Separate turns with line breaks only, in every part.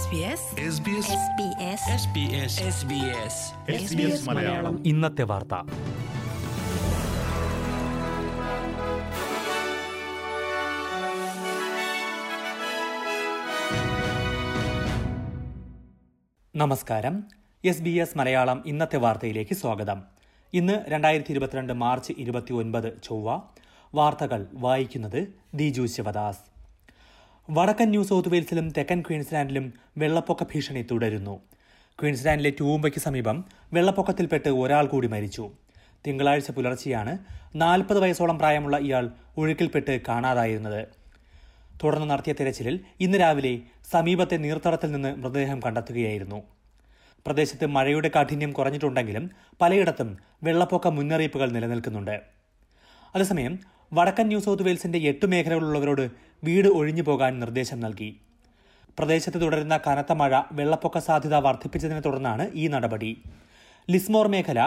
SBS
SBS
SBS
SBS Malayalam.
ഇന്നത്തെ വാർത്ത നമസ്കാരം എസ് ബി എസ് മലയാളം ഇന്നത്തെ വാർത്തയിലേക്ക് സ്വാഗതം ഇന്ന് രണ്ടായിരത്തി ഇരുപത്തിരണ്ട് മാർച്ച് ഇരുപത്തി ഒൻപത് ചൊവ്വ വാർത്തകൾ വായിക്കുന്നത് ദിജു ശിവദാസ് വടക്കൻ ന്യൂ സൗത്ത് വെയിൽസിലും തെക്കൻ ക്വീൻസ്ലാൻഡിലും വെള്ളപ്പൊക്ക ഭീഷണി തുടരുന്നു ക്വീൻസ്ലാൻഡിലെ ട്യൂംബയ്ക്ക് സമീപം വെള്ളപ്പൊക്കത്തിൽപ്പെട്ട് ഒരാൾ കൂടി മരിച്ചു തിങ്കളാഴ്ച പുലർച്ചെയാണ് നാൽപ്പത് വയസ്സോളം പ്രായമുള്ള ഇയാൾ ഒഴുക്കിൽപ്പെട്ട് കാണാതായിരുന്നത് തുടർന്ന് നടത്തിയ തെരച്ചിലിൽ ഇന്ന് രാവിലെ സമീപത്തെ നീർത്തടത്തിൽ നിന്ന് മൃതദേഹം കണ്ടെത്തുകയായിരുന്നു പ്രദേശത്ത് മഴയുടെ കാഠിന്യം കുറഞ്ഞിട്ടുണ്ടെങ്കിലും പലയിടത്തും വെള്ളപ്പൊക്ക മുന്നറിയിപ്പുകൾ നിലനിൽക്കുന്നുണ്ട് അതേസമയം വടക്കൻ ന്യൂ സൗത്ത് വെയിൽസിന്റെ എട്ട് മേഖലകളിലുള്ളവരോട് വീട് ഒഴിഞ്ഞു പോകാൻ നിർദ്ദേശം നൽകി പ്രദേശത്ത് തുടരുന്ന കനത്ത മഴ വെള്ളപ്പൊക്ക സാധ്യത വർദ്ധിപ്പിച്ചതിനെ തുടർന്നാണ് ഈ നടപടി ലിസ്മോർ മേഖല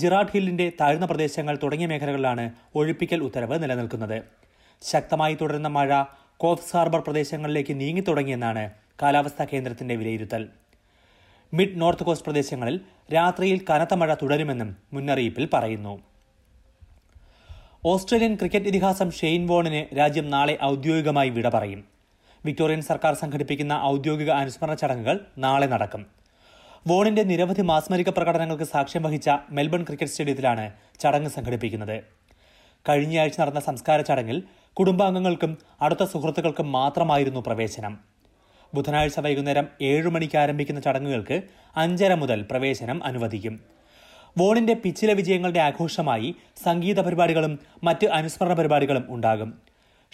ജിറാഡ് ഹില്ലിന്റെ താഴ്ന്ന പ്രദേശങ്ങൾ തുടങ്ങിയ മേഖലകളിലാണ് ഒഴിപ്പിക്കൽ ഉത്തരവ് നിലനിൽക്കുന്നത് ശക്തമായി തുടരുന്ന മഴ കോഫ്സ് ഹാർബർ പ്രദേശങ്ങളിലേക്ക് നീങ്ങിത്തുടങ്ങിയെന്നാണ് കാലാവസ്ഥാ കേന്ദ്രത്തിന്റെ വിലയിരുത്തൽ മിഡ് നോർത്ത് കോസ്റ്റ് പ്രദേശങ്ങളിൽ രാത്രിയിൽ കനത്ത മഴ തുടരുമെന്നും മുന്നറിയിപ്പിൽ പറയുന്നു ഓസ്ട്രേലിയൻ ക്രിക്കറ്റ് ഇതിഹാസം ഷെയ്ൻ വോണിന് രാജ്യം നാളെ ഔദ്യോഗികമായി വിട പറയും വിക്ടോറിയൻ സർക്കാർ സംഘടിപ്പിക്കുന്ന ഔദ്യോഗിക അനുസ്മരണ ചടങ്ങുകൾ നാളെ നടക്കും വോണിന്റെ നിരവധി മാസ്മരിക പ്രകടനങ്ങൾക്ക് സാക്ഷ്യം വഹിച്ച മെൽബൺ ക്രിക്കറ്റ് സ്റ്റേഡിയത്തിലാണ് ചടങ്ങ് സംഘടിപ്പിക്കുന്നത് കഴിഞ്ഞയാഴ്ച നടന്ന സംസ്കാര ചടങ്ങിൽ കുടുംബാംഗങ്ങൾക്കും അടുത്ത സുഹൃത്തുക്കൾക്കും മാത്രമായിരുന്നു പ്രവേശനം ബുധനാഴ്ച വൈകുന്നേരം ഏഴു മണിക്ക് ആരംഭിക്കുന്ന ചടങ്ങുകൾക്ക് അഞ്ചര മുതൽ പ്രവേശനം അനുവദിക്കും വോണിന്റെ പിച്ചിലെ വിജയങ്ങളുടെ ആഘോഷമായി സംഗീത പരിപാടികളും മറ്റ് അനുസ്മരണ പരിപാടികളും ഉണ്ടാകും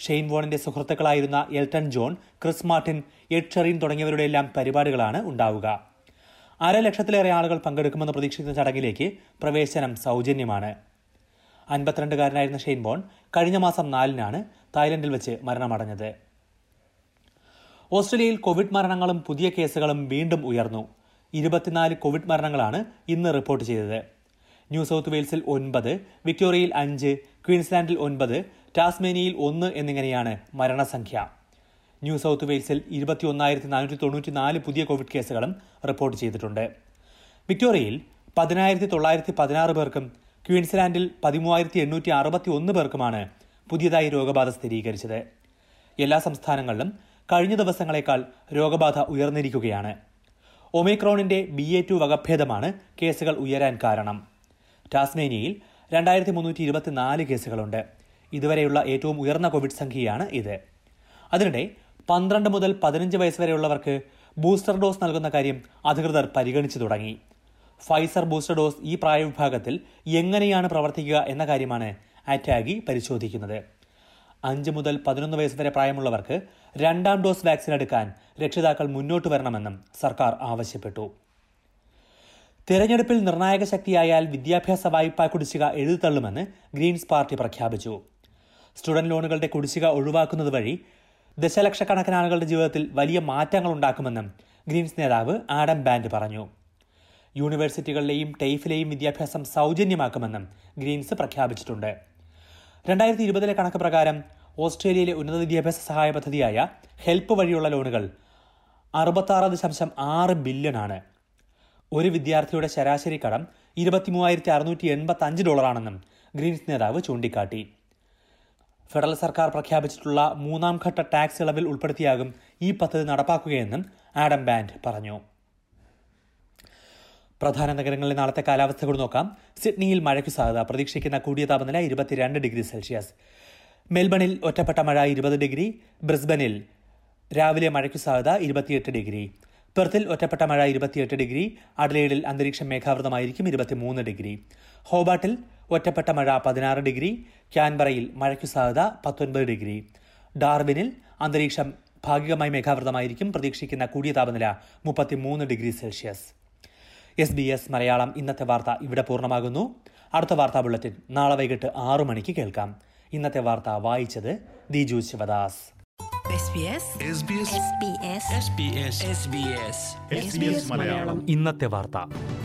ഷെയ്ൻ വോണിന്റെ സുഹൃത്തുക്കളായിരുന്ന Elton John Chris Martin Ed Sheeran തുടങ്ങിയവരുടെയെല്ലാം പരിപാടികളാണ് ഉണ്ടാവുക അര ലക്ഷത്തിലേറെ ആളുകൾ പങ്കെടുക്കുമെന്ന് പ്രതീക്ഷിക്കുന്ന ചടങ്ങിലേക്ക് പ്രവേശനം സൗജന്യമാണ് അൻപത്തിരണ്ടുകാരനായിരുന്ന ഷെയ്ൻ ബോൺ കഴിഞ്ഞ മാസം നാലിനാണ് തായ്ലൻഡിൽ വെച്ച് മരണമടഞ്ഞത് ഓസ്ട്രേലിയയിൽ കോവിഡ് മരണങ്ങളും പുതിയ കേസുകളും വീണ്ടും ഉയർന്നു ഇരുപത്തിനാല് കോവിഡ് മരണങ്ങളാണ് ഇന്ന് റിപ്പോർട്ട് ചെയ്തത് ന്യൂ സൗത്ത് വെയിൽസിൽ ഒൻപത് വിക്ടോറിയയിൽ അഞ്ച് ക്വീൻസ്ലാൻഡിൽ ഒൻപത് ടാസ്മേനിയയിൽ ഒന്ന് എന്നിങ്ങനെയാണ് മരണസംഖ്യ ന്യൂ സൗത്ത് വെയിൽസിൽ ഇരുപത്തിയൊന്നായിരത്തി നാനൂറ്റി തൊണ്ണൂറ്റി നാല് പുതിയ കോവിഡ് കേസുകളും റിപ്പോർട്ട് ചെയ്തിട്ടുണ്ട് വിക്ടോറിയയിൽ പതിനായിരത്തി തൊള്ളായിരത്തി പതിനാറ് പേർക്കും ക്വീൻസ്ലാൻഡിൽ പതിമൂവായിരത്തി എണ്ണൂറ്റി അറുപത്തി ഒന്ന് പേർക്കുമാണ് പുതിയതായി രോഗബാധ സ്ഥിരീകരിച്ചത് എല്ലാ സംസ്ഥാനങ്ങളിലും കഴിഞ്ഞ ദിവസങ്ങളേക്കാൾ രോഗബാധ ഉയർന്നിരിക്കുകയാണ് ഒമിക്രോണിന്റെ ബി എ ടു വകഭേദമാണ് കേസുകൾ ഉയരാൻ കാരണം ടാസ്മേനിയയിൽ രണ്ടായിരത്തി മുന്നൂറ്റി ഇരുപത്തിനാല് കേസുകളുണ്ട് ഇതുവരെയുള്ള ഏറ്റവും ഉയർന്ന കോവിഡ് സംഖ്യയാണ് ഇത് അതിനിടെ പന്ത്രണ്ട് മുതൽ പതിനഞ്ച് വയസ്സ് വരെയുള്ളവർക്ക് ബൂസ്റ്റർ ഡോസ് നൽകുന്ന കാര്യം അധികൃതർ പരിഗണിച്ചു തുടങ്ങി ഫൈസർ ബൂസ്റ്റർ ഡോസ് ഈ പ്രായവിഭാഗത്തിൽ എങ്ങനെയാണ് പ്രവർത്തിക്കുക എന്ന കാര്യമാണ് അറ്റാഗി പരിശോധിക്കുന്നത് അഞ്ച് മുതൽ പതിനൊന്ന് വയസ്സ് വരെ പ്രായമുള്ളവർക്ക് രണ്ടാം ഡോസ് വാക്സിൻ എടുക്കാൻ രക്ഷിതാക്കൾ മുന്നോട്ട് വരണമെന്നും സർക്കാർ ആവശ്യപ്പെട്ടു തെരഞ്ഞെടുപ്പിൽ നിർണായക ശക്തിയായാൽ വിദ്യാഭ്യാസ വായ്പാ കുടിശ്ശിക എഴുതിത്തള്ളുമെന്ന് ഗ്രീൻസ് പാർട്ടി പ്രഖ്യാപിച്ചു സ്റ്റുഡന്റ് ലോണുകളുടെ കുടിശ്ശിക ഒഴിവാക്കുന്നത് വഴി ദശലക്ഷക്കണക്കിന് ആളുകളുടെ ജീവിതത്തിൽ വലിയ മാറ്റങ്ങൾ ഉണ്ടാക്കുമെന്നും ഗ്രീൻസ് നേതാവ് ആഡം ബാൻഡ് പറഞ്ഞു യൂണിവേഴ്സിറ്റികളിലെയും ടൈഫിലെയും വിദ്യാഭ്യാസം സൗജന്യമാക്കുമെന്നും ഗ്രീൻസ് പ്രഖ്യാപിച്ചിട്ടുണ്ട് രണ്ടായിരത്തി ഇരുപതിലെ കണക്ക് പ്രകാരം ഓസ്ട്രേലിയയിലെ ഉന്നത വിദ്യാഭ്യാസ സഹായ പദ്ധതിയായ ഹെൽപ്പ് വഴിയുള്ള ലോണുകൾ അറുപത്താറ് ദശാംശം ആറ് ബില്യണാണ് ഒരു വിദ്യാർത്ഥിയുടെ ശരാശരി കടം ഇരുപത്തി മൂവായിരത്തി അറുന്നൂറ്റി എൺപത്തി അഞ്ച് ഡോളറാണെന്നും ഗ്രീൻസ് നേതാവ് ചൂണ്ടിക്കാട്ടി ഫെഡറൽ സർക്കാർ പ്രഖ്യാപിച്ചിട്ടുള്ള മൂന്നാം ഘട്ട ടാക്സ് ഇളവിൽ ഉൾപ്പെടുത്തിയാകും ഈ പദ്ധതി നടപ്പാക്കുകയെന്നും ആഡം ബാൻഡ് പറഞ്ഞു പ്രധാന നഗരങ്ങളിലെ നാളത്തെ കാലാവസ്ഥ കൂടി നോക്കാം സിഡ്നിയിൽ മഴയ്ക്ക് സാധ്യത പ്രതീക്ഷിക്കുന്ന കൂടിയ താപനില ഇരുപത്തിരണ്ട് ഡിഗ്രി സെൽഷ്യസ് മെൽബണിൽ ഒറ്റപ്പെട്ട മഴ ഇരുപത് ഡിഗ്രി ബ്രിസ്ബനിൽ രാവിലെ മഴയ്ക്ക് സാധ്യത ഇരുപത്തിയെട്ട് ഡിഗ്രി പെർത്തിൽ ഒറ്റപ്പെട്ട മഴ ഇരുപത്തിയെട്ട് ഡിഗ്രി അഡ്ലേഡിൽ അന്തരീക്ഷം മേഘാവൃതമായിരിക്കും ഇരുപത്തിമൂന്ന് ഡിഗ്രി ഹോബാട്ടിൽ ഒറ്റപ്പെട്ട മഴ പതിനാറ് ഡിഗ്രി ക്യാൻബറയിൽ മഴയ്ക്ക് സാധ്യത പത്തൊൻപത് ഡിഗ്രി ഡാർവിനിൽ അന്തരീക്ഷം ഭാഗികമായി മേഘാവൃതമായിരിക്കും പ്രതീക്ഷിക്കുന്ന കൂടിയ താപനില മുപ്പത്തിമൂന്ന് degree Celsius S B S Malayalam ഇന്നത്തെ വാർത്ത ഇവിടെ പൂർണ്ണമാകുന്നു അടുത്ത വാർത്താ ബുള്ളറ്റിൻ നാളെ വൈകിട്ട് ആറു മണിക്ക് കേൾക്കാം ഇന്നത്തെ വാർത്ത വായിച്ചത് ദിജു ശിവദാസ്
SBS
SBS
ഇന്നത്തെ വാർത്ത